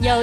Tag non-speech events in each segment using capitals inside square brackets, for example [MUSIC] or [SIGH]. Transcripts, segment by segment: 有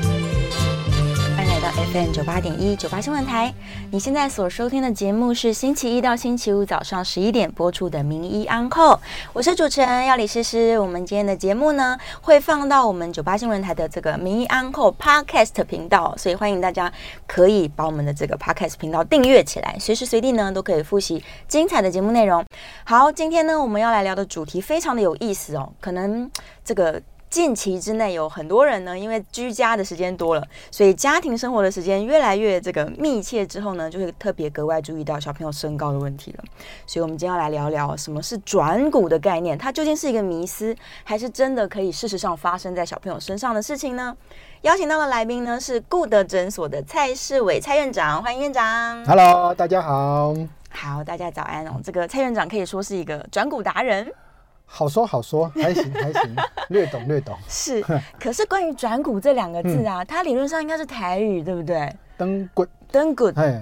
欢迎来到 FM 九八点一九八新闻台。你现在所收听的节目是星期一到星期五早上十一点播出的《名医安扣》，我是主持人要李诗诗。我们今天的节目呢，会放到我们九八新闻台的这个《名医安扣》Podcast 频道，所以欢迎大家可以把我们的这个 Podcast 频道订阅起来，随时随地呢都可以复习精彩的节目内容。好，今天呢我们要来聊的主题非常的有意思哦，可能这个近期之内有很多人呢，因为居家的时间多了，所以家庭生活的时间越来越这个密切之后呢，就会特别格外注意到小朋友身高的问题了。所以，我们今天要来聊聊什么是转骨的概念，它究竟是一个迷思，还是真的可以事实上发生在小朋友身上的事情呢？邀请到的来宾呢是顾德诊所的蔡世伟蔡院长，欢迎院长。 Hello，大家好，好，大家早安哦。这个蔡院长可以说是一个转骨达人。好说好说，还行还行， [LAUGHS] 略懂略懂。 [LAUGHS] 是，可是关于“转骨”这两个字嗯啊，它理论上应该是台语，对不对？灯滚，登骨哎，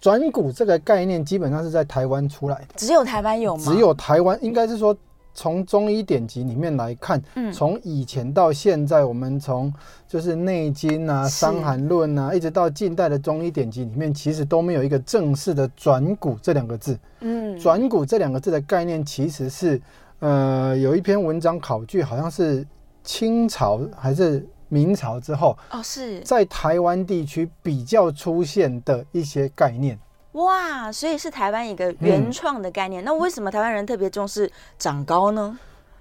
转股这个概念基本上是在台湾出来的，只有台湾有吗？只有台湾应该是说，从中医典籍里面来看嗯，从以前到现在，我们从就是《内经》啊、《是伤寒论》啊，一直到近代的中医典籍里面，其实都没有一个正式的“转股”这两个字。嗯，转股这两个字的概念其实是，呃，有一篇文章考据，好像是清朝还是明朝之后，哦是在台湾地区比较出现的一些概念。哇，所以是台湾一个原创的概念。嗯那为什么台湾人特别重视长高呢？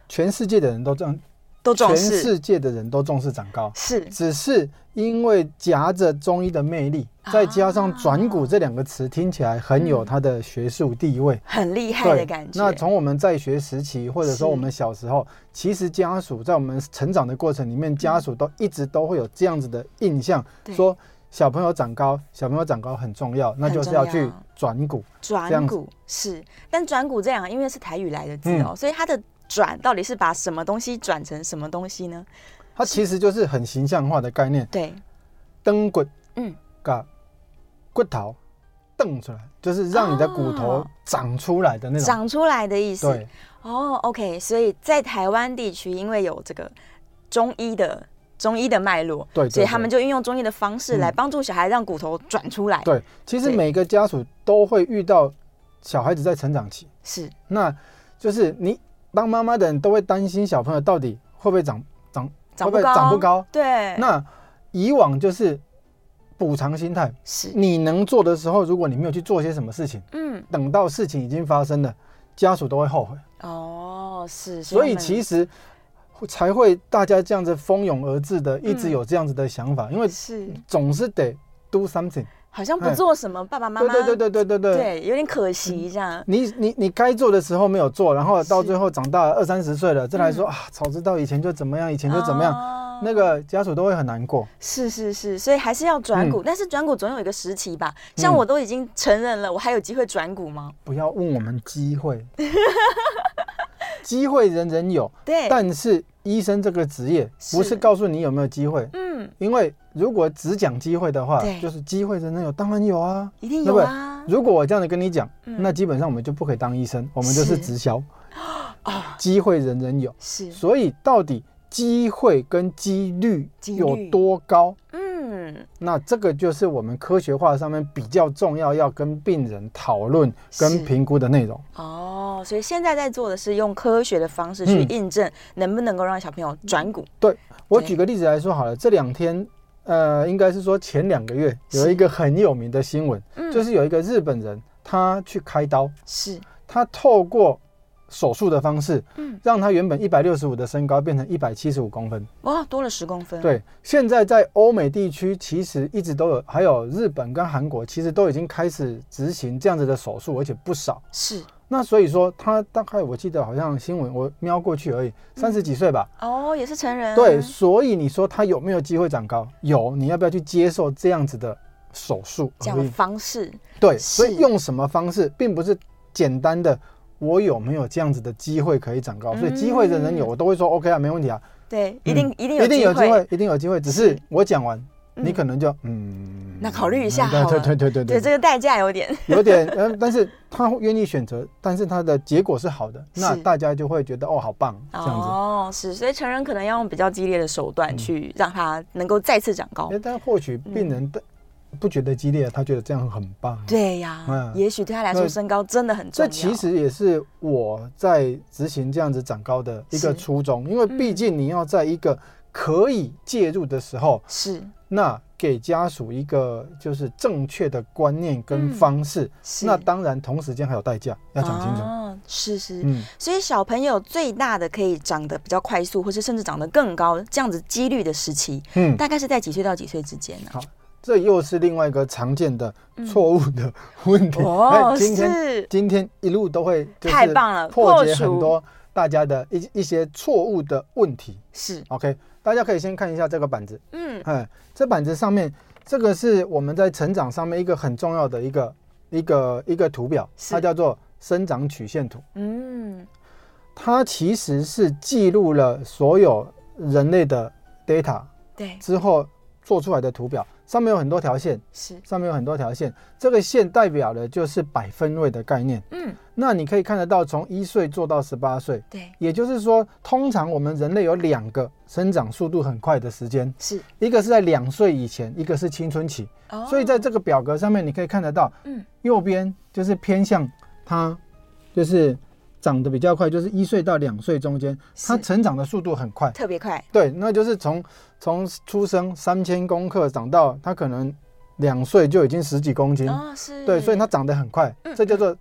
全世界的人都这样，都重全视世界的人都重视长高，是只是因为夹着中医的魅力，啊再加上“转股”这两个词听起来很有它的学术地位。很厉害对，的感觉。那从我们在学时期，或者是说我们小时候，其实家属在我们成长的过程里面，家属都一直都会有这样子的印象，对说小朋友长高，小朋友长高很重要，那就是要重要去转骨。这转样子嗯骨是，但转骨这两个因为是台语来的字哦，所以它的转到底是把什么东西转成什么东西呢？它其实就是很形象化的概念，对，蹬骨，嗯，把骨头蹬出来，就是让你的骨头哦长出来的那种。长出来的意思。对，哦、o k 所以在台湾地区，因为有这个中医的中医的脉络，对对所以他们就运用中医的方式嗯来帮助小孩让骨头转出来。，对，其实对每个家属都会遇到小孩子在成长期。是那就是你当妈妈的人都会担心小朋友到底会不会长长长会不会高，长不高。对，那以往就是补偿心态，是，你能做的时候，如果你没有去做些什么事情，嗯，等到事情已经发生了，家属都会后悔。哦，是，所以其实实才会大家这样子蜂拥而至的，一直嗯有这样子的想法，因为是总是得 do something。好像不哎做什么，爸爸妈对妈对对对对对对。嗯对有点可惜这样。你你你该做的时候没有做，然后到是嗯最后长大了二三十岁了，再来说、啊，早知道以前就怎么样，以前就怎么样，哦那个家属都会很难过。是是是，所以还是要转骨，但是转骨总有一个时期吧。像嗯我都已经成人了，我还有机会转骨吗？不要问我们机 [LAUGHS] 会，机会人人有，对，但是医生这个职业是不是告诉你有没有机会，嗯，因为如果只讲机会的话对，就是机会人人有，当然有啊。一定对有不对啊。如果我这样的跟你讲，嗯那基本上我们就不可以当医生，我们就是是哦 [LAUGHS] 直销。机会人人有，是，所以到底机会跟几率几率有多高？嗯，那这个就是我们科学化上面比较重要，要跟病人讨论跟评估的内容。哦，所以现在在做的是用科学的方式去嗯印证能不能够让小朋友转骨。我举个例子来说好了，这两天，呃，应该是说前两个月是有一个很有名的新闻，嗯就是有一个日本人他去开刀，是他透过手术的方式，嗯让他原本一百六十五的身高变成一百七十五公分。哇，多了十公分。，对，现在在欧美地区其实一直都有，还有日本跟韩国其实都已经开始执行这样子的手术，而且不少。是那所以说，他大概我记得好像新闻我瞄过去嗯而已，三十几岁吧。哦，也是成人。对，所以你说他有没有机会长高？有，你要不要去接受这样子的手术这样而的已？方式对，是所以用什么方式，并不是简单的我有没有这样子的机会可以长高。所以机会人人有，嗯我都会说 OK 啊，没问题啊，对，一定、嗯一定有一定有机机会。会，一定有机会。只是是我讲完，嗯你可能就嗯，那考虑一下对好了对对对对对这个代价有点有点，嗯，但是他愿意选择，但是他的结果是好的，那是大家就会觉得哦，好棒，这样子。嗯哦，是，所以成人可能要用比较激烈的手段去让他能够再次长高。哎，但或许病人的不觉得激烈，他觉得这样很棒。嗯对呀、嗯也许对他来说那身高真的很重这要。其实也是我在执行这样子长高的一个是嗯初衷，因为毕竟你要在一个可以介入的时候，是那给家属一个就是正确的观念跟嗯方式，是，那当然同时间还有代价，要讲清楚。哦是是，嗯，所以小朋友最大的可以长得比较快速，或是甚至长得更高这样子几率的时期，嗯大概是在几岁到几岁之间呢、好这又是另外一个常见的错误的问题。嗯 [LAUGHS] 哦，哎今天是今天一路都会就是太棒了破解呃破除很多大家的一一些错误的问题。是， OK，大家可以先看一下这个板子，嗯，哎，这板子上面这个是我们在成长上面一个很重要的一个一个一个图表，是它叫做生长曲线图。嗯，它其实是记录了所有人类的 data 对，之后做出来的图表，上面有很多条线，是，上面有很多条线，这个线代表的就是百分位的概念。嗯，那你可以看得到，从一岁做到十八岁，对，也就是说，通常我们人类有两个生长速度很快的时间，是，一个是在两岁以前，一个是青春期。哦，所以在这个表格上面，你可以看得到，嗯，右边就是偏向它，就是长得比较快，就是一岁到两岁中间，它是成长的速度很快。特别快，对，那就是从从出生三千公克长到它可能两岁就已经十几公斤，哦，是，嗯对，所以它长得很快，嗯这叫做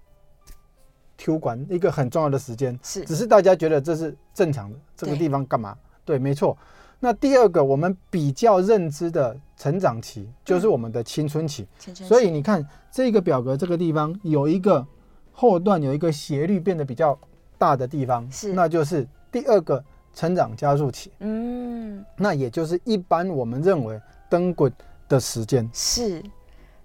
Q 管一个很重要的时间。是只是大家觉得这是正常的，这个对地方干嘛？对，没错。那第二个我们比较认知的成长期，就是我们的青春期。嗯青春所期以你看这个表格这个地方有一个后段有一个斜率变得比较大的地方，是那就是第二个成长加速期，嗯，那也就是一般我们认为灯滚的时间。是。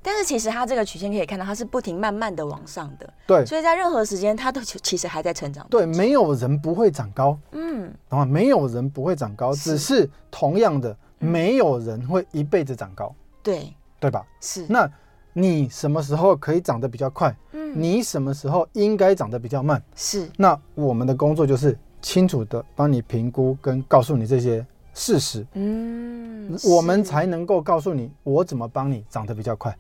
但是其实它这个曲线可以看到，它是不停慢慢的往上的，对所以在任何时间它都其其实还在成长。对，没有人不会长高，嗯，啊，没有人不会长高，是嗯只是同样的，没有人会一辈子长高，对，对吧？是，那你什么时候可以长得比较快？嗯，你什么时候应该长得比较慢？是那我们的工作就是清楚的帮你评估跟告诉你这些事实，嗯，我们是才能够告诉你我怎么帮你长得比较快。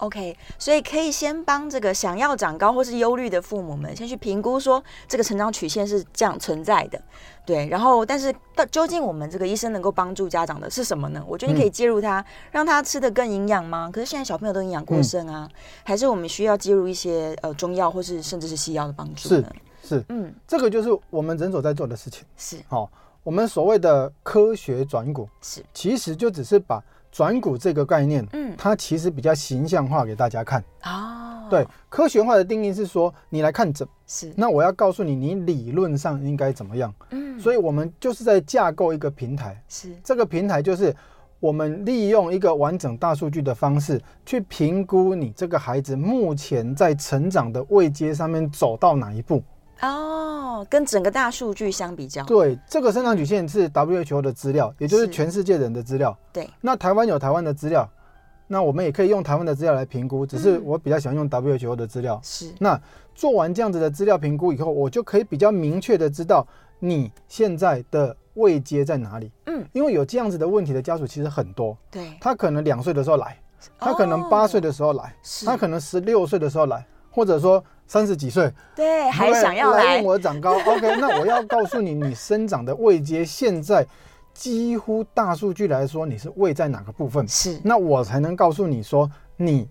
OK，所以可以先帮这个想要长高或是忧虑的父母们，先去评估说这个成长曲线是这样存在的，对。然后，但是到究竟我们这个医生能够帮助家长的是什么呢？我觉嗯得你可以介入他，让他吃的更营养吗？可是现在小朋友都营养过剩啊，还是我们需要介入一些呃中药或是甚至是西药的帮助呢？是，嗯，这个就是我们诊所在做的事情。是好、我们所谓的科学转骨，是，其实就只是把转骨这个概念，嗯，它其实比较形象化给大家看。哦，对，，科学化的定义是说，你来看诊，是，那我要告诉你，你理论上应该怎么样。嗯，所以我们就是在架构一个平台，是这个平台就是我们利用一个完整大数据的方式，去评估你这个孩子目前在成长的位阶上面走到哪一步。哦，跟整个大数据相比较，对，这个生长曲线是 WHO 的资料，也就是是全世界人的资料。对，那台湾有台湾的资料，那我们也可以用台湾的资料来评估，只是我比较喜欢用 WHO 的资料。是，那做完这样子的资料评估以后，我就可以比较明确的知道你现在的位阶在哪里。嗯，因为有这样子的问题的家属其实很多，对，他可能两岁的时候来，他可能哦八岁的时候来，是他可能十六岁的时候来，或者说三十几岁对，哎还想要来来问，我 [LAUGHS] 长高。OK，那我要告诉你，你生长的位阶现在几乎大数据来说，你是位在哪个部分？是那我才能告诉你说，你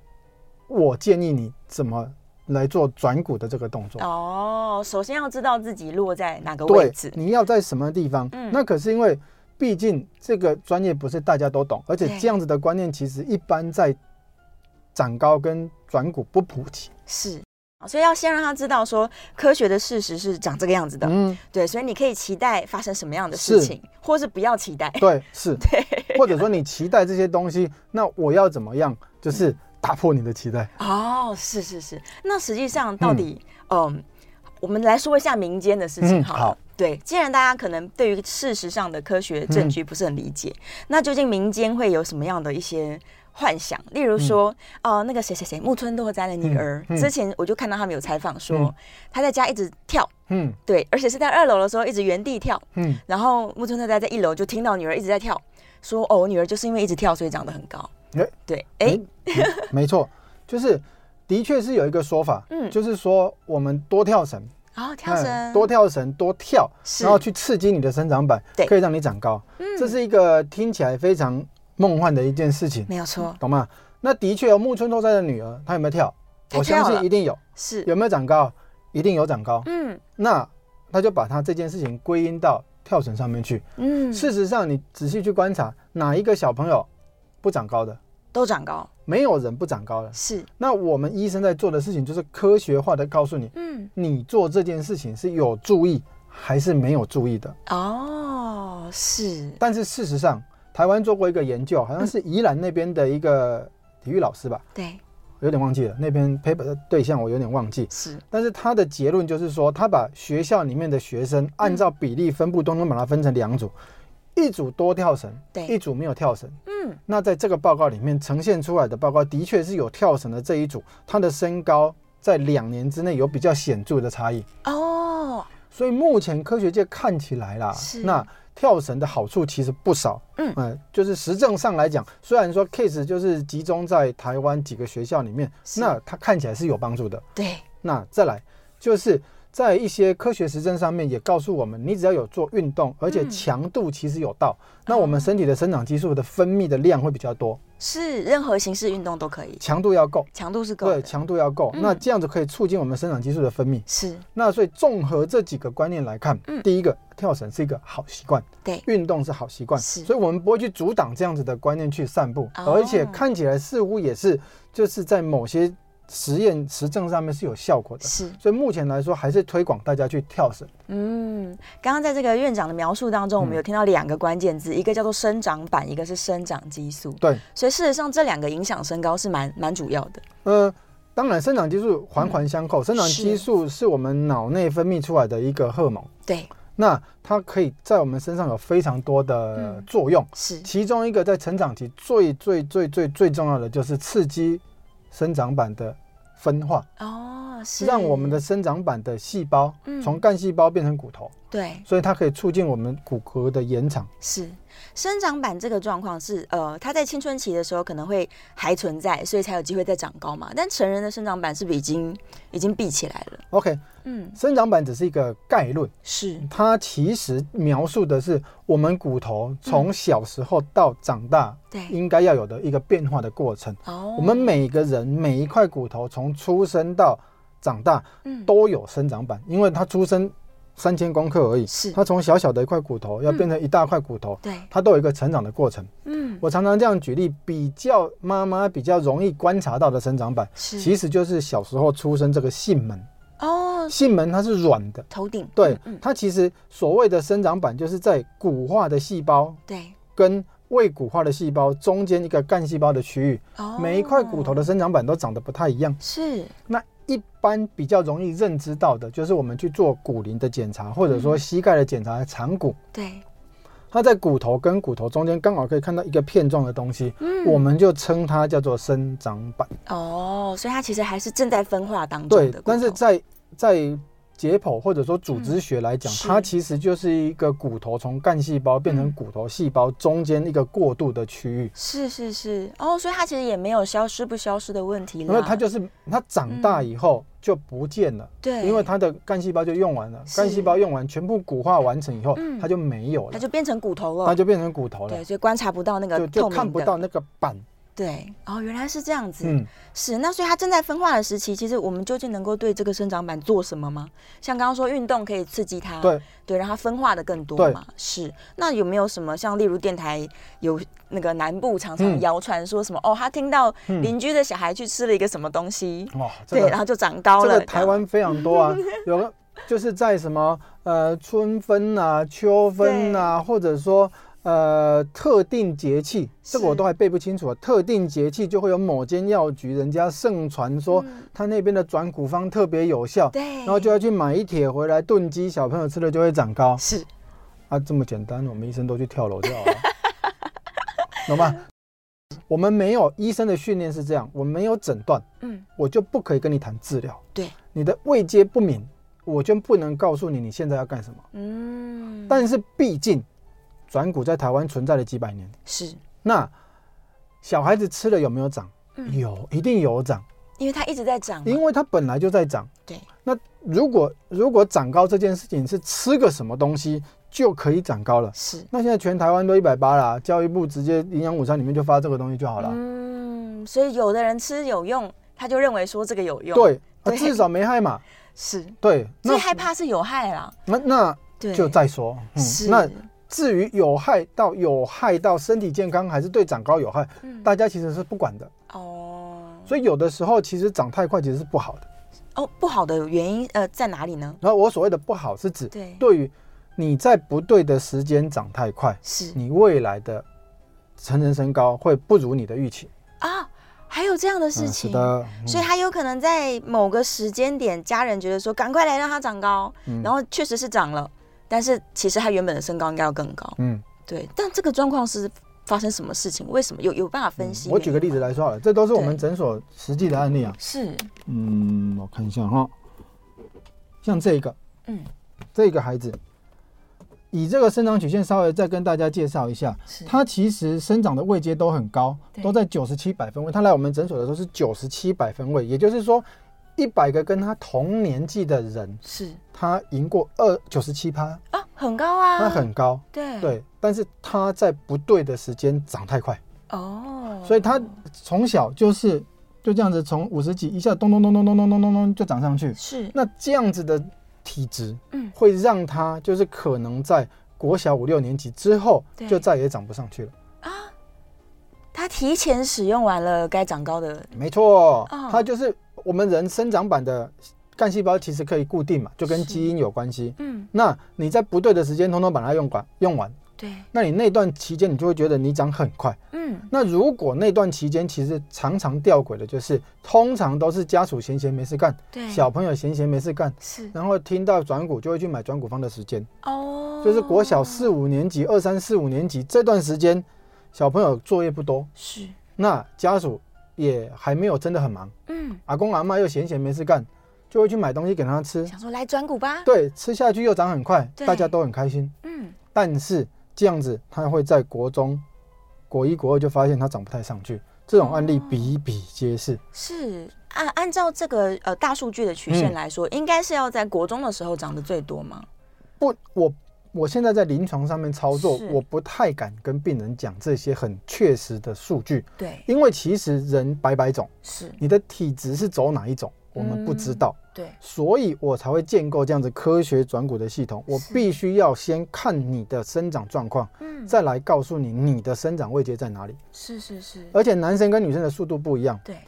我建议你怎么来做转骨的这个动作。哦，首先要知道自己落在哪个位对置，。你要在什么地方？嗯那可是因为，毕竟这个专业不是大家都懂，而且对这样子的观念其实一般在长高跟转骨不普及。是，所以要先让他知道说科学的事实是长这个样子的。嗯，对，所以你可以期待发生什么样的事是情，或是不要期待。对， [LAUGHS] 是，或者说你期待这些东西，那我要怎么样？就是打破你的期待。哦，是是是。那实际上到底，嗯、我们来说一下民间的事情嗯好了。好对，既然大家可能对于事实上的科学嗯证据不是很理解，那究竟民间会有什么样的一些幻想？例如说，哦、那个谁谁谁木村拓哉的女儿，嗯嗯嗯之前我就看到他们有采访说，嗯他在家一直跳，嗯对，而且是在二楼的时候一直原地跳，嗯，然后木村拓哉在一楼就听到女儿一直在跳，说哦，我女儿就是因为一直跳，所以长得很高。哎对，哎、嗯嗯没错，就是的确是有一个说法，嗯就是说我们多跳绳，然后哦跳绳、嗯多跳绳，多跳，是然后去刺激你的生长板对，可以让你长高。嗯这是一个听起来非常梦幻的一件事情，没有错，懂吗？那的确哦，木村拓哉的女儿，她有没有跳？她我跳相了信一定有。是，嗯有没有长高？一定有长高。嗯那他就把他这件事情归因到跳绳上面去。嗯，事实上，你仔细去观察，哪一个小朋友不长高的？都长高，没有人不长高的。是，那我们医生在做的事情就是科学化的告诉你，嗯，你做这件事情是有注意还是没有注意的。哦，是，但是事实上，台湾做过一个研究，好像是宜兰那边的一个体育老师吧，对，有点忘记了，那边 paper 的对象我有点忘记。是，但是他的结论就是说，他把学校里面的学生按照比例分布，通通把它分成两组，一组多跳绳，对一组没有跳绳。嗯，那在这个报告里面呈现出来的报告，的确是有跳绳的这一组，他的身高在两年之内有比较显著的差异。哦，所以目前科学界看起来啦是，那跳绳的好处其实不少。嗯呃就是实证上来讲，虽然说 case 就是集中在台湾几个学校里面，是那它看起来是有帮助的。对，那再来就是。在一些科学实证上面也告诉我们，你只要有做运动，而且嗯哦强度其实有到，那我们身体的生长激素的分泌的量会比较多，是，任何形式运动都可以，强度要够，强度是够对，的，强度要够，嗯那这样子可以促进我们生长激素的分泌。是，那所以综合这几个观念来看，嗯第一个跳绳是一个好习惯，对运动是好习惯，是所以我们不会去阻挡这样子的观念去散步，哦而且看起来似乎也是就是在某些实验实证上面是有效果的，是，所以目前来说还是推广大家去跳绳，嗯，刚刚在这个院长的描述当中，我们嗯有听到两个关键字，一个叫做生长板，一个是生长激素，对，所以事实上这两个影响身高是蛮蛮主要的，呃。当然，生长激素环环相扣。生长嗯是激素是我们脑内分泌出来的一个荷尔蒙，对，那它可以在我们身上有非常多的嗯作用。是，其中一个在成长期最最最最最重要的就是刺激生长板的分化，哦，是，让我们的生长板的细胞嗯从干细胞变成骨头，对，所以它可以促进我们骨骼的延长。是生长板这个状况是呃，它在青春期的时候可能会还存在，所以才有机会再长高嘛。但成人的生长板是不是已经已经闭起来了？ OK，嗯，生长板只是一个概论，是它其实描述的是我们骨头从小时候到长大对应该要有的一个变化的过程。嗯哦，我们每个人每一块骨头从出生到长大嗯都有生长板，因为他出生三千公克而已，是嗯他从小小的一块骨头要变成一大块骨头，对他都有一个成长的过程。嗯我常常这样举例，比较妈妈比较容易观察到的生长板，是其实就是小时候出生这个囟门，哦囟门它是软的。头顶对嗯嗯，它其实所谓的生长板，就是在骨化的细胞对跟未骨化的细胞中间一个干细胞的区域，哦，每一块骨头的生长板都长得不太一样。是那一般比较容易认知到的，就是我们去做骨龄的检查，或者嗯说膝盖的检查，长骨，对它在骨头跟骨头中间刚好可以看到一个片状的东西，嗯我们就称它叫做生长板。哦，所以它其实还是正在分化当中对的，骨头，但是在在解剖或者说组织学来讲，嗯是它其实就是一个骨头从干细胞变成骨头细胞中间一个过渡的区域。是是是哦，所以它其实也没有消失不消失的问题了，因为它就是它长大以后就不见了，嗯对，因为它的干细胞就用完了，是干细胞用完全部骨化完成以后，嗯它就没有了它。就变成骨头了，它就变成骨头了对，，所以观察不到那个就透就明的看不到那个板对，哦，原来是这样子。嗯，是，那所以它正在分化的时期，其实我们究竟能够对这个生长板做什么吗？像刚刚说运动可以刺激它，对，对，让它分化的更多对嘛。是，那有没有什么像例如电台有那个南部常常嗯谣传说什么、哦，他听到邻居的小孩去吃了一个什么东西，哇，这对，然个后就长高这了。个台湾非常多 [LAUGHS] 啊，有个就是在什么呃春分啊、秋分啊，或者说。呃，特定节气，这个我是都还背不清楚啊。特定节气就会有某间药局，人家盛传说他那边的转骨方特别有效，这样嗯对，然后就要去买一铁回来炖鸡，小朋友吃了就会长高是啊，这么简单，我们医生都去跳楼 [LAUGHS] 掉了，懂吗？我们没有医生的训练是这样，我们没有诊断，嗯，我就不可以跟你谈治疗。对，你的位阶不明，我就不能告诉你你现在要干什么。嗯，但是毕竟转骨在台湾存在了几百年，是那小孩子吃了有没有长？嗯有，一定有长，因为它一直在长嘛，因为它本来就在长。对，那如果如果长高这件事情是吃个什么东西就可以长高了，是那现在全台湾都一百八啦，教育部直接营养午餐里面就发这个东西就好了。嗯，所以有的人吃有用，他就认为说这个有用，，对，啊，对至少没害嘛。是对，那最害怕是有害啦，那那对，就再说。嗯是，那至于有害到有害到身体健康，还是对长高有害，嗯大家其实是不管的。哦所以有的时候其实长太快其实是不好的。哦，不好的原因呃在哪里呢？然后我所谓的不好是指对，对于你在不对的时间长太快，是你未来的成人身高会不如你的预期。啊，还有这样的事嗯是情。的，所以他有可能在某个时间点，家人觉得说赶快来让他长高，嗯然后确实是长了，但是其实他原本的身高应该要更高。嗯，对，但这个状况是发生什么事情？为什么有有办法分析、嗯我举个例子，来说好了，这都是我对们诊所实际的案例啊。是嗯，我看一下哈，像这个，嗯，这个孩子，以这个生长曲线稍微再跟大家介绍一下，是它其实生长的位阶都很高，对都在九十七百分位。他来我们诊所的时候是九十七百分位，也就是说，一百个跟他同年纪的人，是他赢过二九十七趴，啊，很高啊，他很高，对对，但是他在不对的时间长太快。哦，所以他从小就是就这样子，从五十几一下咚咚咚咚咚咚咚咚咚就涨上去。是那这样子的体质，嗯会让他就是可能在国小五六年级之后对就再也长不上去了。他提前使用完了该长高的，没错哦，它就是我们人生长板的干细胞其实可以固定嘛，就跟是基因有关系。嗯，那你在不对的时间，通通把它用完用完，对，那你那段期间你就会觉得你长很快。嗯，那如果那段期间其实常常吊诡的就是，通常都是家属闲闲没事干，对，小朋友闲闲没事干，是然后听到转股就会去买转股方的时间，哦，就是国小四五年级、二三四五年级这段时间，小朋友作业不多，是，那家属也还没有真的很忙，嗯，阿公阿妈又闲闲没事干，就会去买东西给他吃，想说来转股吧，对，吃下去又长很快，对大家都很开心。嗯，但是这样子，他会在国中、国一、国二就发现他长不太上去，这种案例比比皆是。哦是按按照这个呃大数据的曲线嗯来说，应该是要在国中的时候长得最多吗？不，我我现在在临床上面操作是，我不太敢跟病人讲这些很确实的数据，对，因为其实人百百种，是，嗯你的体质是走哪一种，我们不知道。对，所以我才会建构这样子科学转骨的系统。我是必须要先看你的生长状况，嗯，再来告诉你你的生长位阶在哪里。是是是，而且男生跟女生的速度不一样，对，嗯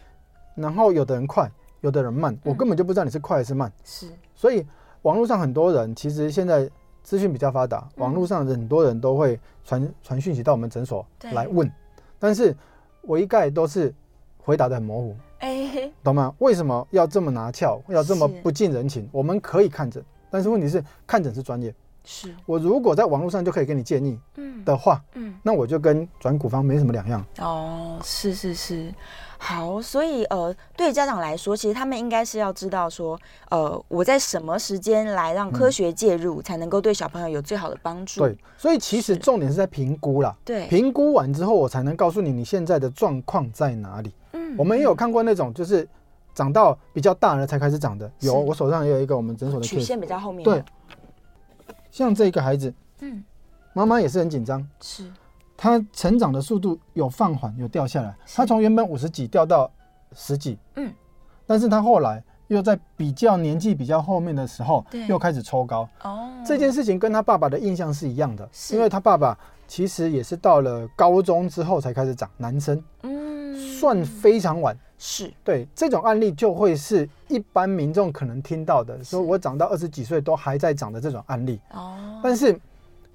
然后有的人快，有的人慢，我根本就不知道你是快还是慢。是，所以网络上很多人其实现在资讯比较发达，嗯网络上很多人都会传传讯息到我们诊所对来问，但是我一概都是回答的很模糊，哎，懂吗？为什么要这么拿翘，要这么是不近人情？我们可以看诊，但是问题是看诊是专业。是，我如果在网络上就可以给你建议嗯，的话，嗯。那我就跟转骨方没什么两样。哦，是是是，好，所以呃，对于家长来说，其实他们应该是要知道说，呃，我在什么时间来让科学介入，才能够对小朋友有最好的帮助。对，所以其实是重点是在评估啦。对评估完之后，我才能告诉你你现在的状况在哪里。嗯我们也有看过那种就是长到比较大了才开始长的，有，是我手上也有一个我们诊所的曲 case，线比较后面的。对，像这个孩子，嗯，妈妈也是很紧张，是他成长的速度有放缓，有掉下来。他从原本五十几掉到十几，嗯，但是他后来又在比较年纪比较后面的时候对，又开始抽高。哦，这件事情跟他爸爸的印象是一样的，是因为他爸爸其实也是到了高中之后才开始长，男生嗯算非常晚。是对这种案例，就会是一般民众可能听到的，说是我长到二十几岁都还在长的这种案例，哦，但是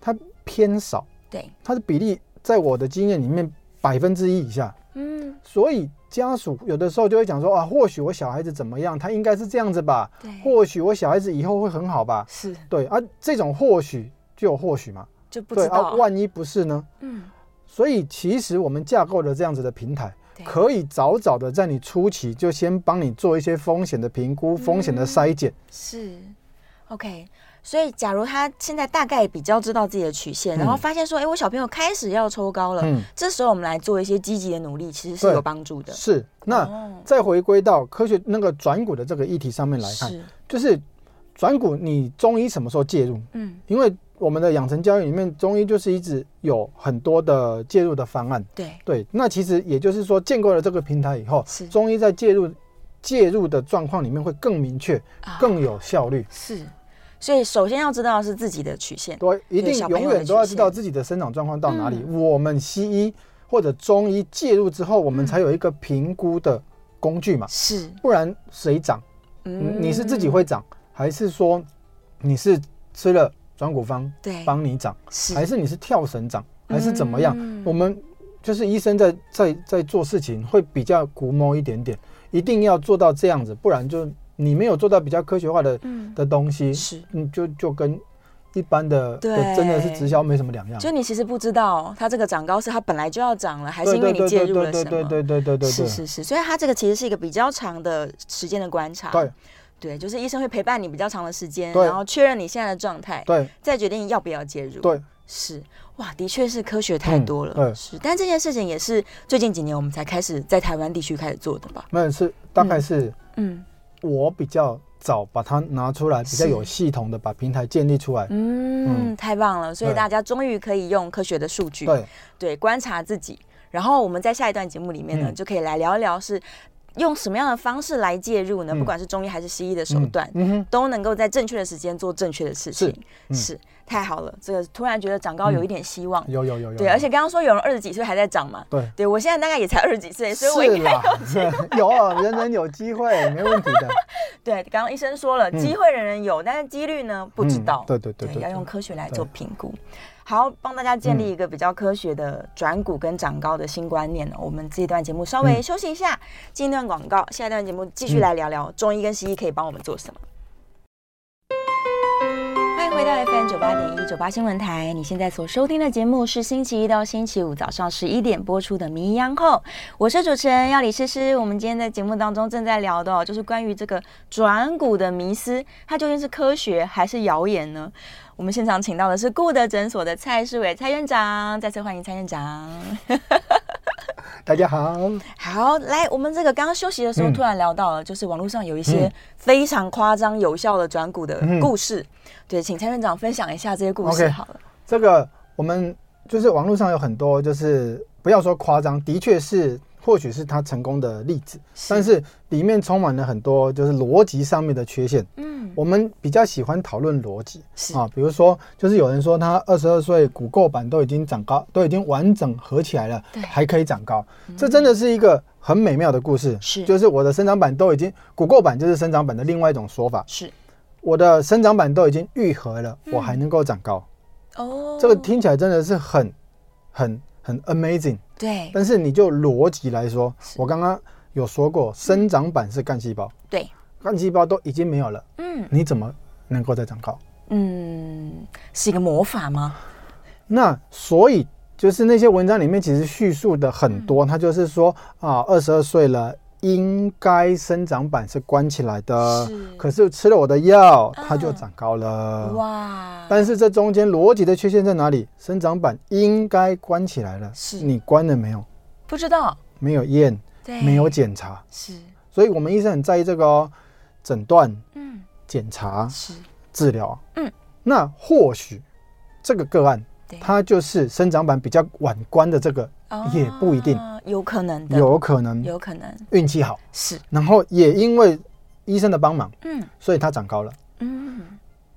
它偏少，对，它的比例在我的经验里面百分之一以下，嗯，所以家属有的时候就会讲说啊，或许我小孩子怎么样，他应该是这样子吧，对，或许我小孩子以后会很好吧，是对啊，这种或许就有或许嘛，就不对知啊，道，万一不是呢？嗯，所以其实我们架构了这样子的平台，对可以早早的在你初期就先帮你做一些风险的评嗯估、风险的筛检。是，OK。所以，假如他现在大概比较知道自己的曲线，然后嗯发现说，哎、我小朋友开始要抽高了，嗯这时候我们来做一些积极的努力，其实是对有帮助的。是，那哦、再回归到科学那个转股的这个议题上面来看，是，就是转股你中医什么时候介入？嗯，因为我们的养成教育里面，中医就是一直有很多的介入的方案。对，对，那其实也就是说，建构了这个平台以后是，中医在介入介入的状况里面会更明确、啊更有效率。是。所以，首先要知道的是自己的曲线，对，一对定小朋永友的嗯远都曲要知道线自己的生长状况到哪里。我们西医或者中医介入之后，我嗯们才有一个评估的工具嘛，是，不然谁长？嗯嗯、你是自己会长，还是说你是吃了转骨方对，帮你长，哎是还是你是跳绳长，还是怎么样？嗯我们就是医生在在在做事情会比较古摸一点点，一定要做到这样子，不然就你没有做到比较科学化的嗯，的东西，是，嗯，就就跟一般的对的真的是直销没什么两样。就你其实不知道它这个长高是它本来就要长了，还是因为你介入了对什对么？对对对对对是对是是，所以它这个其实是一个比较长的时间的观察。对对，就是医生会陪伴你比较长的时间，对然后确认你现在的状态，对再决定要不要介入。对，是哇，的确是科学太嗯多了。对是，但这件事情也是最近几年我们才开始在台湾地区开始做的吧？没有是大概是嗯我比较早把它拿出来，比较是有系统的把平台建立出来。嗯，太棒了！所以对大家终于可以用科学的数据，对，对，观察自己。然后我们在下一段节目里面呢，嗯就可以来聊一聊是用什么样的方式来介入呢？嗯不管是中医还是西医的手嗯段，嗯哼，都能够在正确的时间做正确的事情。是嗯是太好了，这个突然觉得长高有一点希望。有有有有。对，有而且刚刚说有人二十几岁还在长嘛，对。对我现在大概也才二十几岁，所以我是应该啦， [LAUGHS] 有啊，人人有机会，没问题的。对刚刚医生说了，嗯机会人人有，但是几率呢不知嗯道。对对对对要对用科学来做评估。好，帮大家建立一个比较科学的转股跟长高的新观念哦。我们这一段节目稍微嗯休息一下，进一段广告，下一段节目继续来聊聊中医跟西医可以帮我们做什么。欢迎回到 FM 九八点一九八新闻台，你现在所收听的节目是星期一到星期五早上十一点播出的《名医央后》，我是主持人要李诗诗。我们今天在节目当中正在聊的、哦，就是关于这个转骨的迷思，它究竟是科学还是谣言呢？我们现场请到的是顾德诊所的蔡世伟蔡院长，再次欢迎蔡院长。大家好，好，来，我们这个刚刚休息的时候嗯突然聊到了，就是网络上有一些嗯非常夸张有效的转股的嗯故事，对，请蔡院长分享一下这些故事 OK 好了。这个我们就是网络上有很多，就是不要说夸张，的确是，或许是他成功的例子，但是里面充满了很多就是逻辑上面的缺陷。嗯，我们比较喜欢讨论逻辑是啊，比如说，就是有人说他二十二岁骨垢板都已经长高，都已经完整合起来了对，嗯还可以长高，这真的是一个很美妙的故事。是就是我的生长板都已经骨垢板就是生长板的另外一种说法，是我的生长板都已经愈合了，嗯我还能够长高，哦，这个听起来真的是很、很、很 amazing。对但是你就逻辑来说，我刚刚有说过，生长板是干细胞，对，干细胞都已经没有了，嗯你怎么能够再长高？嗯，是一个魔法吗？那所以就是那些文章里面其实叙述的很嗯多，它就是说啊，二十二岁了。应该生长板是关起来的是，呃可呃是吃了我的药，嗯它就长高了。哇，但是这中间逻辑的缺陷在哪里？生长板应该关起来了，是你关了没有？不知道，没有验，对，没有检查，是，所以我们医生很在意这个哦，诊断、嗯检查、是，治疗。嗯，那或许这个个案对它就是生长板比较晚关的这个哦也不一定，有可能的，有可能有可能运气好，是，然后也因为医生的帮忙，嗯所以它长高了。嗯，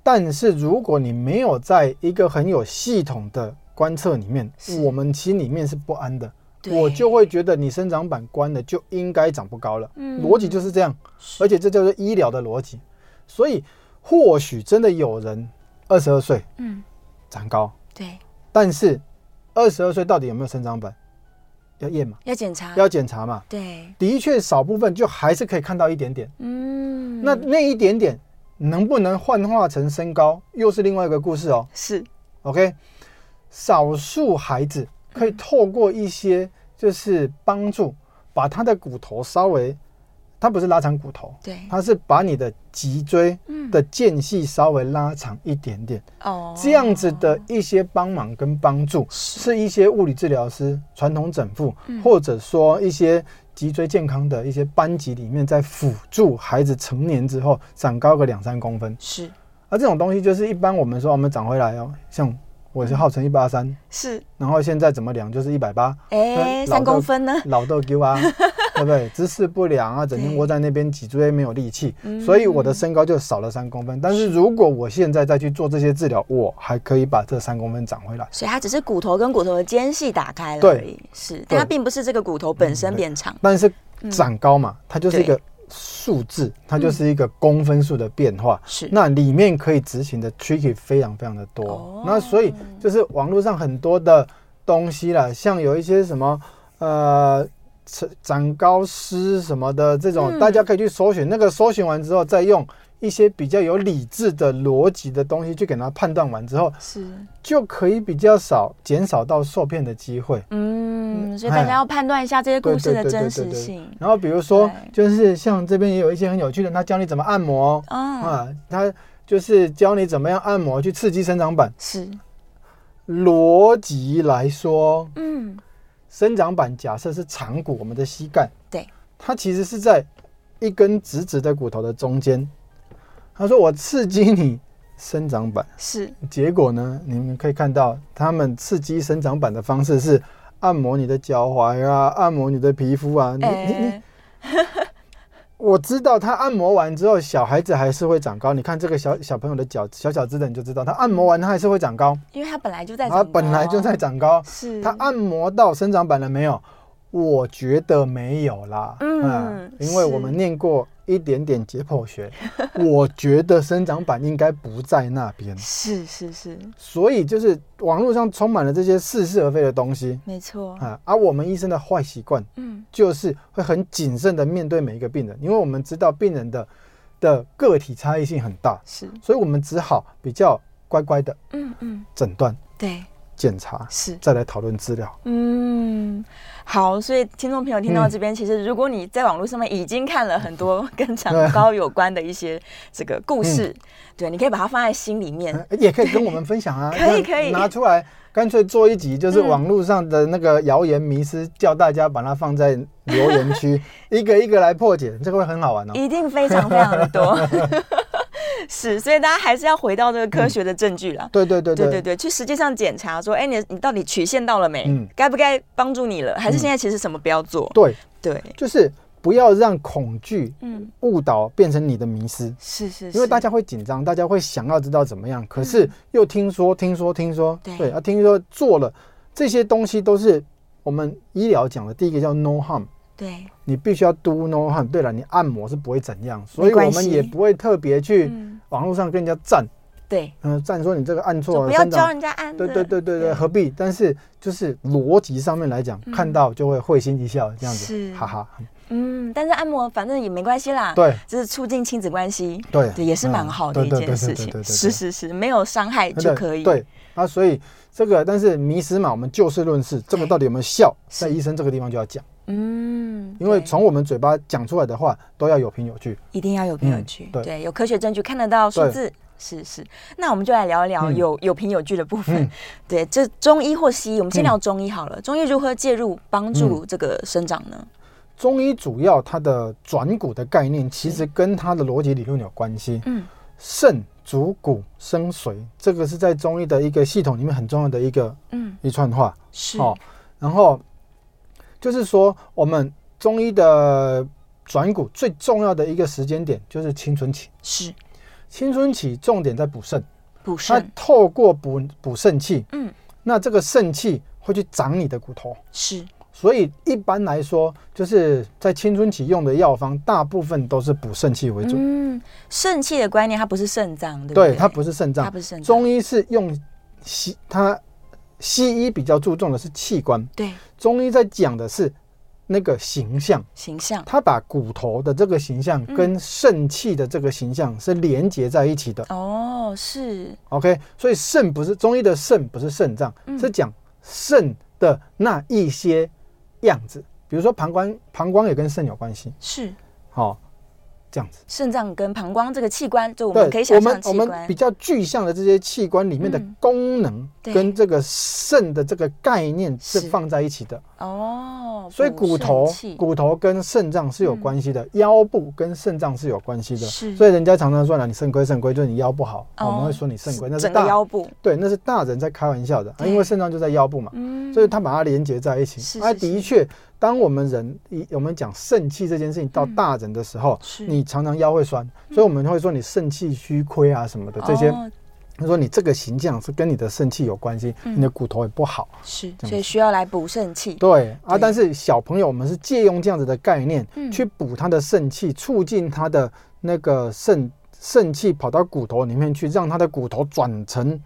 但是如果你没有在一个很有系统的观测里面是，我们心里面是不安的，对我就会觉得你生长板关了就应该长不高了，嗯逻辑就是这样，是而且这叫做医疗的逻辑。所以或许真的有人二十二岁嗯长高，对，但是二十二岁到底有没有生长板，要验嘛，要检查，要检查嘛，对，的确少部分就还是可以看到一点点，嗯，那那一点点能不能幻化成身高，又是另外一个故事哦。是 OK，少数孩子可以透过一些就是帮助，把他的骨头稍微，它不是拉长骨头，对它是把你的脊椎嗯的间隙稍微拉长一点点，哦，这样子的一些帮忙跟帮助，是是一些物理治疗师、传统整复，或者说一些脊椎健康的一些班级里面，在辅助孩子成年之后长高个两三公分。啊是而这种东西就是一般我们说我们长回来哦，像我是号称一八三，是，然后现在怎么量就是一百八，哎，呃老三的公分呢？老豆丢啊，对不对？姿势不良啊，整天窝在那边，脊椎没有力气，所以我的身高就少了三公分。但是如果我现在再去做这些治疗，我还可以把这三公分长回来。所以它只是骨头跟骨头的间隙打开了对嗯而已，是，但它并不是这个骨头本身变长，但是长高嘛，它就是一嗯对嗯个数字，它就是一个公分数的变化。是那里面可以执行的 tricky 非常非常的多。哦那所以就是网络上很多的东西啦，像有一些什么呃。长长高师什么的这种，嗯大家可以去搜寻。那个搜寻完之后，再用一些比较有理智的逻辑的东西去给它判断完之后，是，就可以比较少减少到受骗的机会。嗯，嗯所以大家哎要判断一下这些故事对的对对真对对实对性，然后比如说，对就是像这边也有一些很有趣的，他教你怎么按摩嗯，啊，他就是教你怎么样按摩去刺激生长板。是，逻辑来说，嗯，生长板假设是长骨，我们的膝盖，对，它其实是在一根直直的骨头的中间。他说我刺激你生长板，是，结果呢，你们可以看到他们刺激生长板的方式是按摩你的脚踝啊，按摩你的皮肤啊，你你你哎，我知道他按摩完之后，小孩子还是会长高。你看这个小小朋友的脚，小小只的你就知道，他按摩完他还是会长高，因为它本来就在，啊他本来就在，啊长高。是，他按摩到生长板了没有？我觉得没有啦，啊嗯因是为我们念过一点点解剖学， [LAUGHS] 我觉得生长板应该不在那边，是是是，所以就是网络上充满了这些似是而非的东西没错，啊。而、我们医生的坏习惯嗯，就是会很谨慎的面对每一个病人，因为我们知道病人的的个体差异性很大，是，所以我们只好比较乖乖的嗯嗯，诊断、对，检查，是。再来讨论治疗。嗯，好，所以听众朋友听到嗯这边，其实如果你在网络上面已经看了很多 [LAUGHS] 跟长对高有关的一些这个故事，嗯对，你可以把它放在心里面。呃也可以跟我们分享啊， [LAUGHS] 可以那可以拿出来，干脆做一集，就是嗯网络上的那个谣言迷思，叫大家把它放在留 [LAUGHS] 言区，一个一个来破解，这个会很好玩哦。一定非常非常的 [LAUGHS] 多。是，所以大家还是要回到这个科学的证据啦。对嗯对对对对对，去实际上检查说，哎、你你到底曲线到了没？嗯该不该帮助你了？还是现在其实什么不要做？对，对，就是不要让恐惧嗯，误导变成你的迷失。是是是，因为大家会紧张，大家会想要知道怎么样，可是又听说、听说、听说，对啊，听说做了这些东西都是我们医疗讲的第一个叫 no harm，对你必须要 do no harm。对了，你按摩是不会怎样，所以关我们系也不会特别去嗯网络上跟人家站，对，嗯、站说你这个按就错不了，要生教长。人家按的。对对对对对，何必？但是就是逻辑上面来讲，看到就会会心一笑，这样子嗯是，哈哈，嗯，但是按摩反正也没关系啦。对这是促进亲子关系，对对，也是蛮嗯好的对一对件对事对情对对。对是是是，没有伤害对就可以。对，啊，所以这个，但是迷失嘛，我们就事论事，这个对到底有没有效，是在医生这个地方就要讲，嗯，因为对从我们嘴巴讲出来的话都要有凭有据。一定要有凭有嗯据，对有科学证据看得到数对字，是是。那我们就来聊一聊嗯有、有凭有据的部分。嗯对，这中医或西医，我们先嗯聊中医好了。中医如何介入帮助这个生长呢？中医主要它的转骨的概念，其实跟它的逻辑理论有关系。嗯，肾足骨生髓，这个是在中医的一个系统里面很重要的一个嗯，一串话。是，哦，然后就是说，我们中医的转骨最重要的一个时间点就是青春期。是青春期重点在补肾，补它肾，透过补补肾气，嗯，那这个肾气会去长你的骨头。是所以一般来说，就是在青春期用的药方，大部分都是补肾气为主。嗯，肾气的观念，它不是肾脏，对不对，对？它不是肾它脏。不是肾脏，中医是用西，它西医比较注重的是器官，对中医在讲的是那个形象。形象他把骨头的这个形象嗯跟肾气的这个形象是连接在一起的。哦，是 OK，所以肾不是中医的肾，不是肾脏，嗯是讲肾的那一些样子，比如说膀胱，膀胱也跟肾有关系。是，好、这样子。肾脏跟膀胱这个器官，就我对们可以想我们象我器们官比，较具象的这些器官里面的嗯功能，对跟这个肾的这个概念是是放在一起的。哦，所以补骨肾头气骨头跟肾脏是有嗯关系的，腰部跟肾脏是有关系的。是所以人家常常说呢，你肾亏肾亏，就是你腰不好，哦我们会说你肾亏，那是整个大腰部，对，那是大人在开玩笑的，啊对因为肾脏就在腰部嘛，嗯，所以他把它连接在一起。是啊，是是的确，当我们人一我们讲肾气这件事情到嗯大人的时候，是嗯你常常腰会酸，所以我们会说你肾气虚亏啊什么的这些。哦他说你这个形象是跟你的肾气有关系，嗯你的骨头也不好。是，子所以需要来补肾气，对啊，对但是小朋友我们是借用这样子的概念、嗯去补他的肾气，促进他的那个肾肾气跑到骨头里面去，让他的骨头转成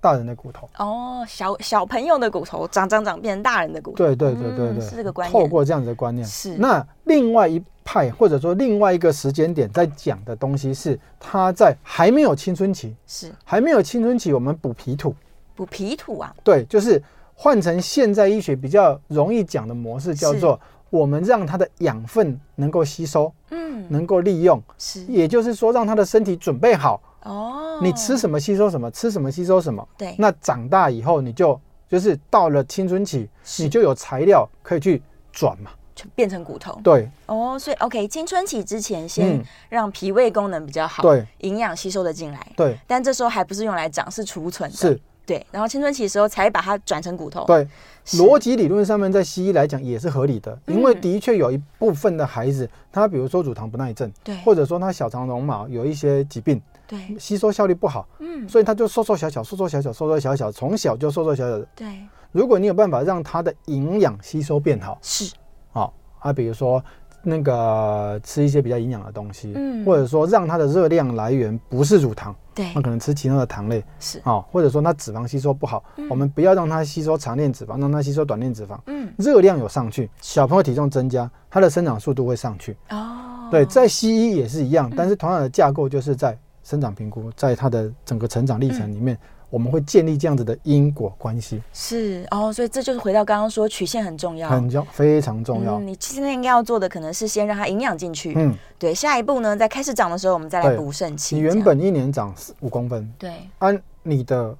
大人的骨头。哦，小小朋友的骨头长长长变成大人的骨头，对对对对嗯对，是这个观念透过这样子的观念，是那另外一派或者说另外一个时间点在讲的东西是他在还没有青春期，是还没有青春期，我们补脾土。补脾土啊，对，就是换成现在医学比较容易讲的模式，叫做我们让它的养分能够吸收，嗯，能够利用，是也就是说让它的身体准备好，哦，你吃什么吸收什么，吃什么吸收什么。对，那长大以后，你就就是到了青春期，是你就有材料可以去转嘛。就变成骨头对哦，所以 OK，青春期之前先嗯让脾胃功能比较好，对，营养吸收的进来，对，但这时候还不是用来长，是储存的，是，对，然后青春期的时候才把它转成骨头，对。哦是，逻辑理论上面，在西医来讲也是合理的，嗯因为的确有一部分的孩子，他比如说乳糖不耐症，对或者说他小肠绒毛有一些疾病，对，吸收效率不好，嗯，所以他就瘦瘦小小，瘦瘦小小，瘦瘦小小，从小就瘦瘦小小的。对，如果你有办法让他的营养吸收变好，是好、啊，比如说那个吃一些比较营养的东西，嗯或者说让他的热量来源不是乳糖，对那，可能吃其他的糖类，是，哦，或者说他脂肪吸收不好，我们不要让他吸收长链脂肪，让他吸收短链脂肪。嗯，热量有上去，小朋友体重增加，他的生长速度会上去。哦，嗯对，在西医也是一样，但是同样的架构就是在生长评估，在他的整个成长历程里面，嗯我们会建立这样子的因果关系，是哦，所以这就是回到刚刚说曲线很重要，很重非常重要嗯。。你现在应该要做的可能是先让它营养进去，嗯，对，下一步呢，在开始长的时候，我们再来对补肾气。你这原样本一年长五公分，对按啊你的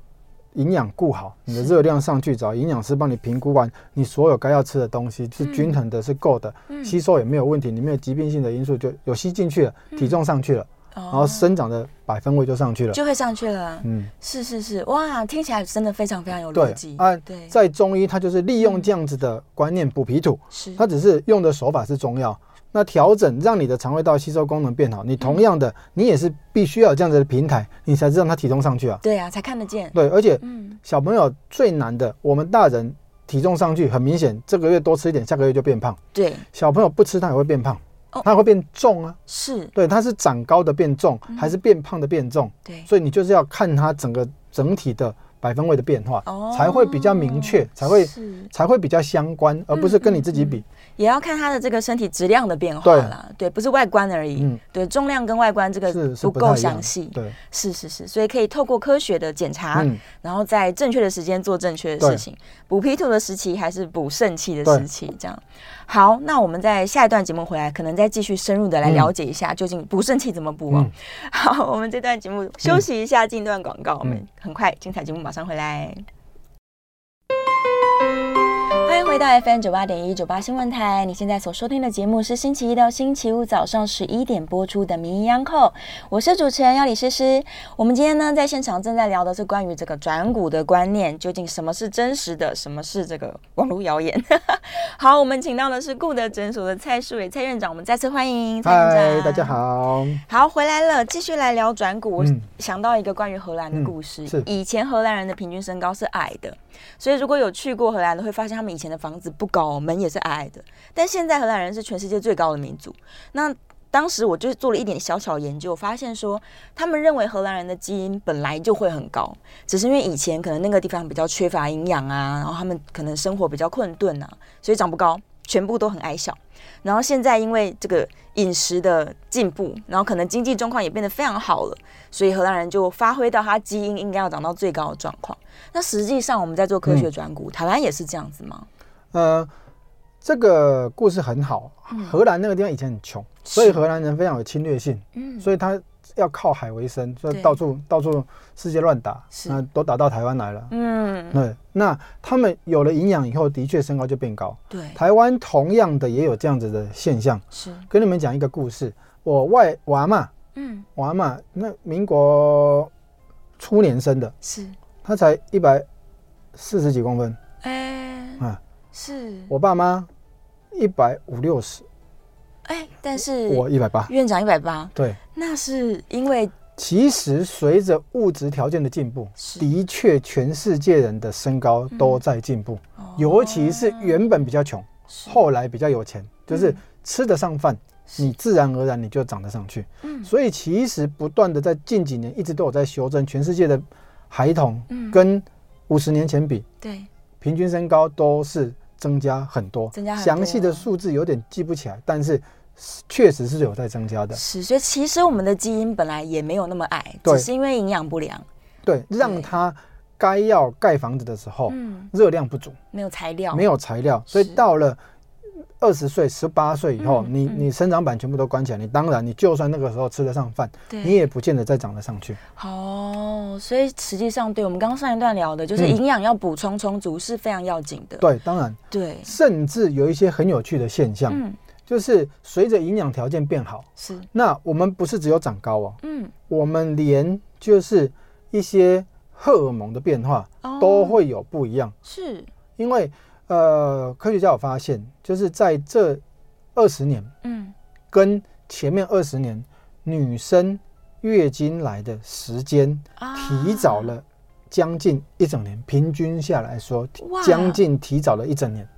营养顾好，你的热量上去，只要营养师帮你评估完，你所有该要吃的东西是均衡的，是够的，吸收也没有问题，你没有疾病性的因素就有吸进去了，体重上去了，然后生长的百分位就上去了。哦就会上去了。嗯，是是是，哇，听起来真的非常非常有逻对辑。啊对，，在中医它就是利用这样子的观念补脾土，是它只是用的手法是中药。那调整让你的肠胃道吸收功能变好，你同样的，你也是必须要有这样子的平台，你才知道它体重上去啊。对啊，才看得见。对，而且嗯，小朋友最难的，我们大人体重上去很明显，这个月多吃一点，下个月就变胖。对，小朋友不吃他也会变胖哦，他会变重啊。是，对，他是长高的变重，嗯还是变胖的变重？对，所以你就是要看他整个整体的百分位的变化哦，才会比较明确，才会是才会比较相关，而不是跟你自己比。也要看他的这个身体质量的变化对啦。对，不是外观而已。嗯对，重量跟外观这个是是不太一够样详细。对，是是是，所以可以透过科学的检查，嗯然后在正确的时间做正确的事情。补脾土的时期还是补肾气的时期，这样。好，那我们在下一段节目回来，可能再继续深入的来嗯了解一下究竟补肾气怎么补哦。 [LAUGHS] 好，我们这段节目休嗯息一下，进一段广告，我们很快精彩节目马上回来。欢迎回到 FM 九八点一九八新闻台，你现在所收听的节目是星期一到星期五早上十一点播出的《名医央叩》，我是主持人要李诗诗。我们今天呢，在现场正在聊的是关于这个转股的观念，究竟什么是真实的，什么是这个网络谣言？ [LAUGHS] 好，我们请到的是顾德诊所的蔡树伟蔡院长，我们再次欢迎蔡院嗨，长。大家。好。好，回来了，继续来聊转骨。我嗯想到一个关于荷兰的故事，嗯是以前荷兰人的平均身高是矮的，所以如果有去过荷兰的，会发现他们以前的房子不高，门也是矮矮的。但现在荷兰人是全世界最高的民族。那当时我就是做了一点小小研究，发现说他们认为荷兰人的基因本来就会很高，只是因为以前可能那个地方比较缺乏营养啊，然后他们可能生活比较困顿啊，所以长不高，全部都很矮小。然后现在因为这个饮食的进步，然后可能经济状况也变得非常好了，所以荷兰人就发挥到他基因应该要长到最高的状况。那实际上我们在做科学转骨，台湾也是这样子吗？呃，这个故事很好。嗯荷兰那个地方以前很穷，所以是荷兰人非常有侵略性，嗯，所以他要靠海为生，所以对到处到处世界乱打，是那都打到台湾来了。嗯，对，那他们有了营养以后，的确身高就变高。对，台湾同样的也有这样子的现象。是，跟你们讲一个故事，我外我阿嬷，嗯，我阿嬷那民国初年生的，是，她才一百四十几公嗯分，哎、啊是，我爸妈一百五六十，哎、但是我一百八。院长一百八，对，那是因为其实随着物质条件的进步，是嗯的确全世界人的身高都在进步，尤其是原本比较穷，哦是嗯后来比较有钱，就是吃得上饭，你自然而然你就长得上去。嗯所以其实不断的在近几年一直都有在修正，全世界的孩童嗯跟五十年前比，对平均身高都是增加很多，增加很多详细的数字有点记不起来，但是确实是有在增加的。是，所以其实我们的基因本来也没有那么矮，对只是因为营养不良，对，让它该要盖房子的时候，嗯，热量不足，没有材料，没有材料，所以是到了二十岁、十八岁以后，嗯你嗯你生长板全部都关起来，你当然你就算那个时候吃得上饭，对你也不见得再长得上去。哦，所以实际上，对我们刚刚上一段聊的，就是嗯营养要补充充足是非常要紧的。对，当然，对，甚至有一些很有趣的现象，嗯，就是随着营养条件变好，是，那我们不是只有长高哦，嗯，我们连就是一些荷尔蒙的变化哦都会有不一样。是，因为呃，科学家有发现，就是在这二十年嗯，跟前面二十年，女生月经来的时间啊提早了将近一整年，平均下来说哇，将近提早了一整年。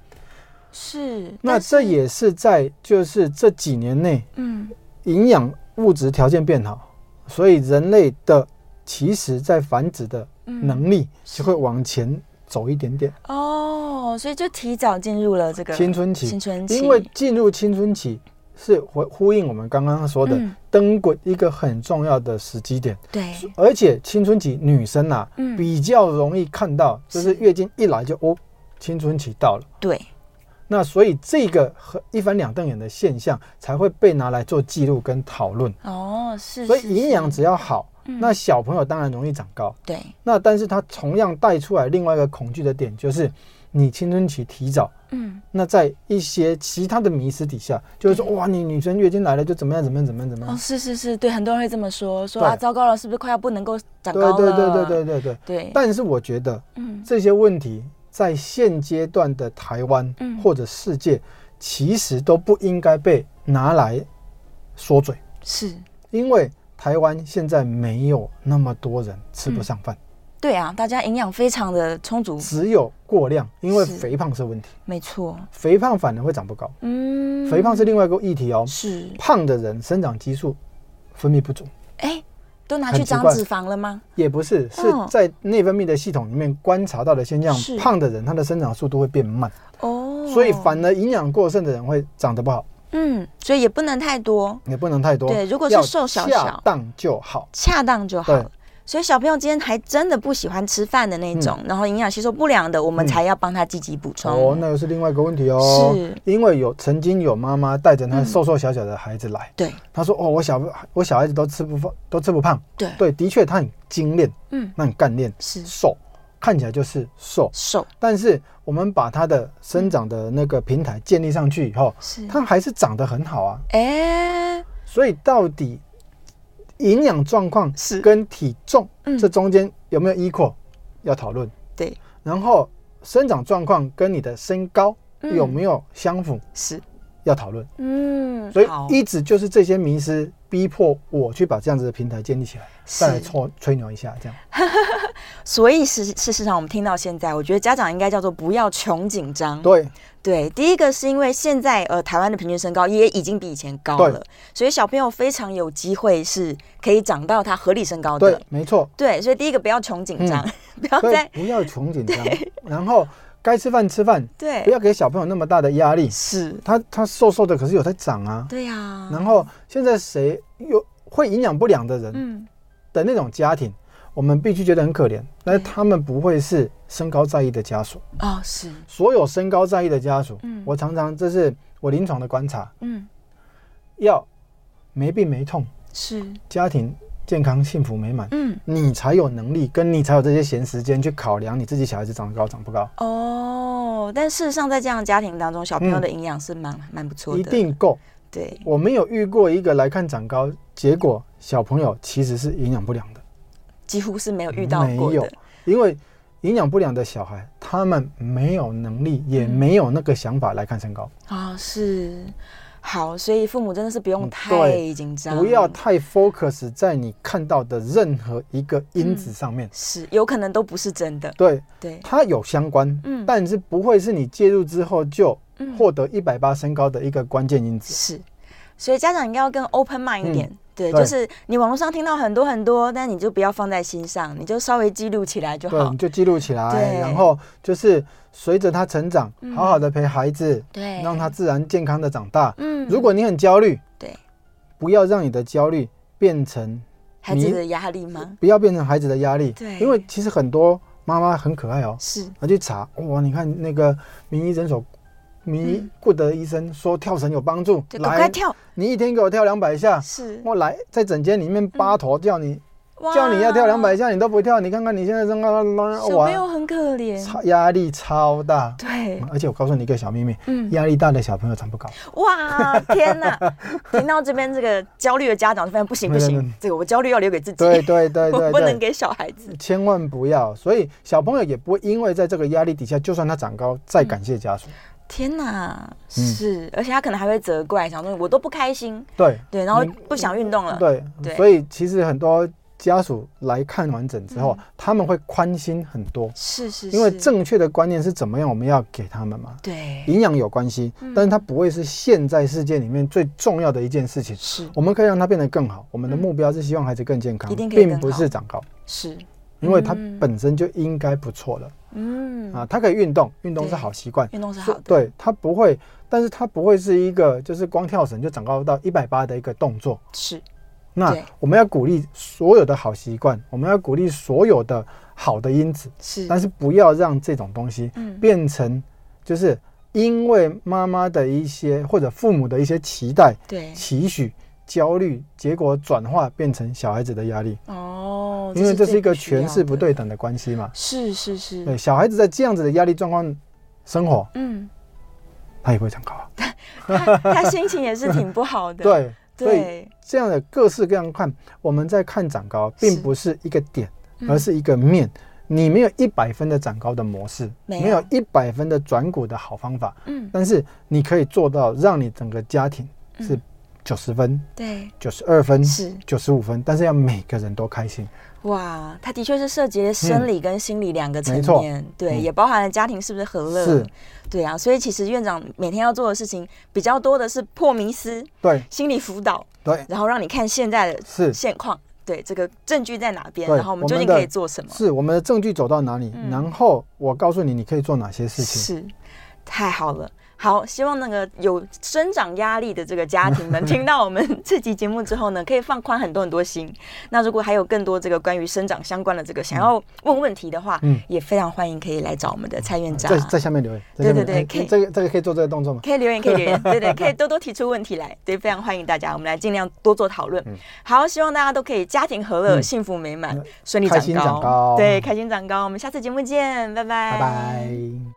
是，那但这是，也是在就是这几年内，嗯，营养物质条件变好，所以人类的其实在繁殖的嗯能力就会往前走一点点。哦，所以就提早进入了这个青春期青春期，因为进入青春期是回呼应我们刚刚说的嗯登滚一个很重要的时机点，对，而且青春期女生啊、嗯比较容易看到，就是是月经一来就哦，青春期到了。对，那所以这个和一翻两瞪眼的现象才会被拿来做记录跟讨论。哦，是，所是以营养是只要好，嗯那小朋友当然容易长高。对，那但是它同样带出来另外一个恐惧的点，就是你青春期提早，嗯，那在一些其他的迷思底下，就是说哇，你女生月经来了就怎么样怎么样怎么样怎么哦，样。是是是，对，很多人会这么说，说对啊，糟糕了，是不是快要不能够长对高哦了？对对对对对对。对，但是我觉得嗯，这些问题在现阶段的台湾嗯或者世界，其实都不应该被拿来说嘴，是。因为台湾现在没有那么多人吃嗯不上饭，对啊，大家营养非常的充足，只有过量，因为是肥胖是问题，没错，肥胖反而会长不高。嗯，肥胖是另外一个议题哦。是，胖的人生长激素分泌不足，哎，都拿很去奇长怪脂肪了吗？也不是，是嗯在内分泌的系统里面观察到的现象是。胖的人他的生长速度会变慢，哦，所以反而营养过剩的人会长得不好，嗯，所以也不能太多，也不能太多。对如果是要瘦小恰小当就好。恰当就好对了。所以小朋友今天还真的不喜欢吃饭的那种，然后营养吸收不良的，我们嗯才要帮他积极补充。哦，那又是另外一个问题哦。是，嗯因为有曾经有妈妈带着她瘦瘦小小的孩子来，对她说：“哦，我小我小孩子都吃不胖，都吃不胖。对”对，的确他很精炼，嗯，那很干练，是瘦，看起来就是瘦，瘦但是我们把它的生长的那个平台建立上去以后，是它还是长得很好啊。哎、所以到底营养状况是跟体重嗯这中间有没有 equal 要讨论，对，然后生长状况跟你的身高嗯有没有相符是，要讨论。嗯，所以好一直就是这些迷失逼迫我去把这样子的平台建立起来，再来是吹吹牛一下这样。所以事事实上，我们听到现在，我觉得家长应该叫做不要穷紧张。对，对第一个是因为现在呃台湾的平均身高也已经比以前高对了，所以小朋友非常有机会是可以长到他合理身高的。对，没错。对所以第一个不要穷紧张， [LAUGHS] 不要所以再不要穷 [LAUGHS] 紧张，然后该吃饭吃饭，不对要给小朋友那么大的压力。是，他他瘦瘦的，可是有在长啊。对呀、然后现在谁有会营养不良的人嗯，的那种家庭，我们必须觉得很可怜。但是他们不会是身高在意的家属，哦是，所有身高在意的家属嗯，我常常这是我临床的观察，嗯要没病没痛，是，家庭健康幸福美满，嗯你才有能力，跟你才有这些闲时间去考量你自己小孩子长得高长不高，哦，但事实上在这样的家庭当中，小朋友嗯的营养是蛮蛮不错的，一定够。对我没有遇过一个来看长高，结果小朋友其实是营养不良的，几乎是没有遇到没过有的，，因为营养不良的小孩，他们没有能力，嗯也没有那个想法来看身高，哦是。好，所以父母真的是不用嗯太对紧张，不要太 focus 在你看到的任何一个因嗯子上面。是有可能都不是真的，对，对，它有相关，嗯但是不会是你介入之后就嗯获得一百八身高的一个关键因子。是，所以家长应该要更 open mind 一点。对，嗯对就是你网络上听到很多很多，但你就不要放在心上，你就稍微记录起来就对，好你。就记录起对嗯来，然后就是随着他成长，好好的陪孩子，对让他自然健康的长大。嗯如果你很焦虑，对不要让你的焦虑变成孩子你的压力吗？不要变成孩子的压力。对因为其实很多妈妈很可爱哦，是，她去查哇，你看那个名医诊所。名医顾德医生说跳绳有帮助，对，赶快来，跳，你一天给我跳两百下，是，嗯我来在整间里面八头叫你，哇叫你要跳两百，下，你都不跳，你看看你现在正刚刚小朋玩，友很可怜，超压力超大。对，而且我告诉你一个小秘密，嗯，压力大的小朋友 [LAUGHS] 长不高。哇，天 [LAUGHS] 哪！听到这边这个焦虑的家长就发现不行不没有没行有，这个我焦虑要留给自己，对 [LAUGHS] 对对我对不能对，给小孩子，千万不要。所以小朋友也不会因为在这个压力底下，就算他长高，嗯再感谢家属。天哪，嗯是，而且他可能还会责怪，想说我都不开心，对对，然后你不想运动了，对对，所以其实很多家属来看完整之后，他们会宽心很多，是嗯是是，因为正确的观念是怎么样，我们要给他们嘛。对嗯营养有关系，但是它不会是现在世界里面最重要的一件事情。是我们可以让它变得更好。我们的目标是希望孩子更健康，嗯一定可以并更不好是长高，是，因为它嗯本身就应该不错了、嗯，啊。它可以运动，运动是对好习惯，运动是好所的，对，它不会，但是它不会是一个就是光跳绳就长高到一百八的一个动作。是那对我们要鼓励所有的好习惯，我们要鼓励所有的好的因子，是，但是不要让这种东西嗯变成就是因为妈妈的一些或者父母的一些期待、对期许、焦虑，结果转化变成小孩子的压力，哦，因为这是最一个不需要权势不的，嗯对等的关系嘛。是是对，是，小孩子在这样子的压力状况生活，嗯，他也不会长高啊。他他心情也是挺不好的， [LAUGHS] 对，所以对这样的各式各样看，我们在看长高，并是嗯不是一个点，而是一个面。你没有一百分的长高的模式，没有没有一百分的转骨的好方法，嗯但是你可以做到让你整个家庭是九十分、对九十二分、嗯是九十五分，但是要每个人都开心。哇，他的确是涉及了生理跟心理两个层嗯没错面，对，嗯也包含了家庭是不是和乐，是，对啊，所以其实院长每天要做的事情比较多的是破迷思、对心理辅导，对，然后让你看现在的是现况，对这个证据在哪边，对然后我们究竟我们的可以做什么？是我嗯们的证据走到哪里，然后我告诉你你可以做哪些事情。是，太好了。好，希望那个有生长压力的这个家庭们听到我们这集节目之后呢，可以放宽很多很多心。 [LAUGHS] 那如果还有更多这个关于生长相关的这个想要问问题的话，嗯也非常欢迎可以来找我们的蔡院长在。在下面留言，在下面啊对对对哎可以这个这个可以做这个动作吗？可以留言，可以留 [LAUGHS] 言，对对，可以多多提出问题来，对，非常欢迎大家，我们来尽量多做讨论。好，希望大家都可以家庭和乐、嗯幸福美满嗯、顺利开长心长高对，开心长高。我们下次节目见，拜拜，拜拜。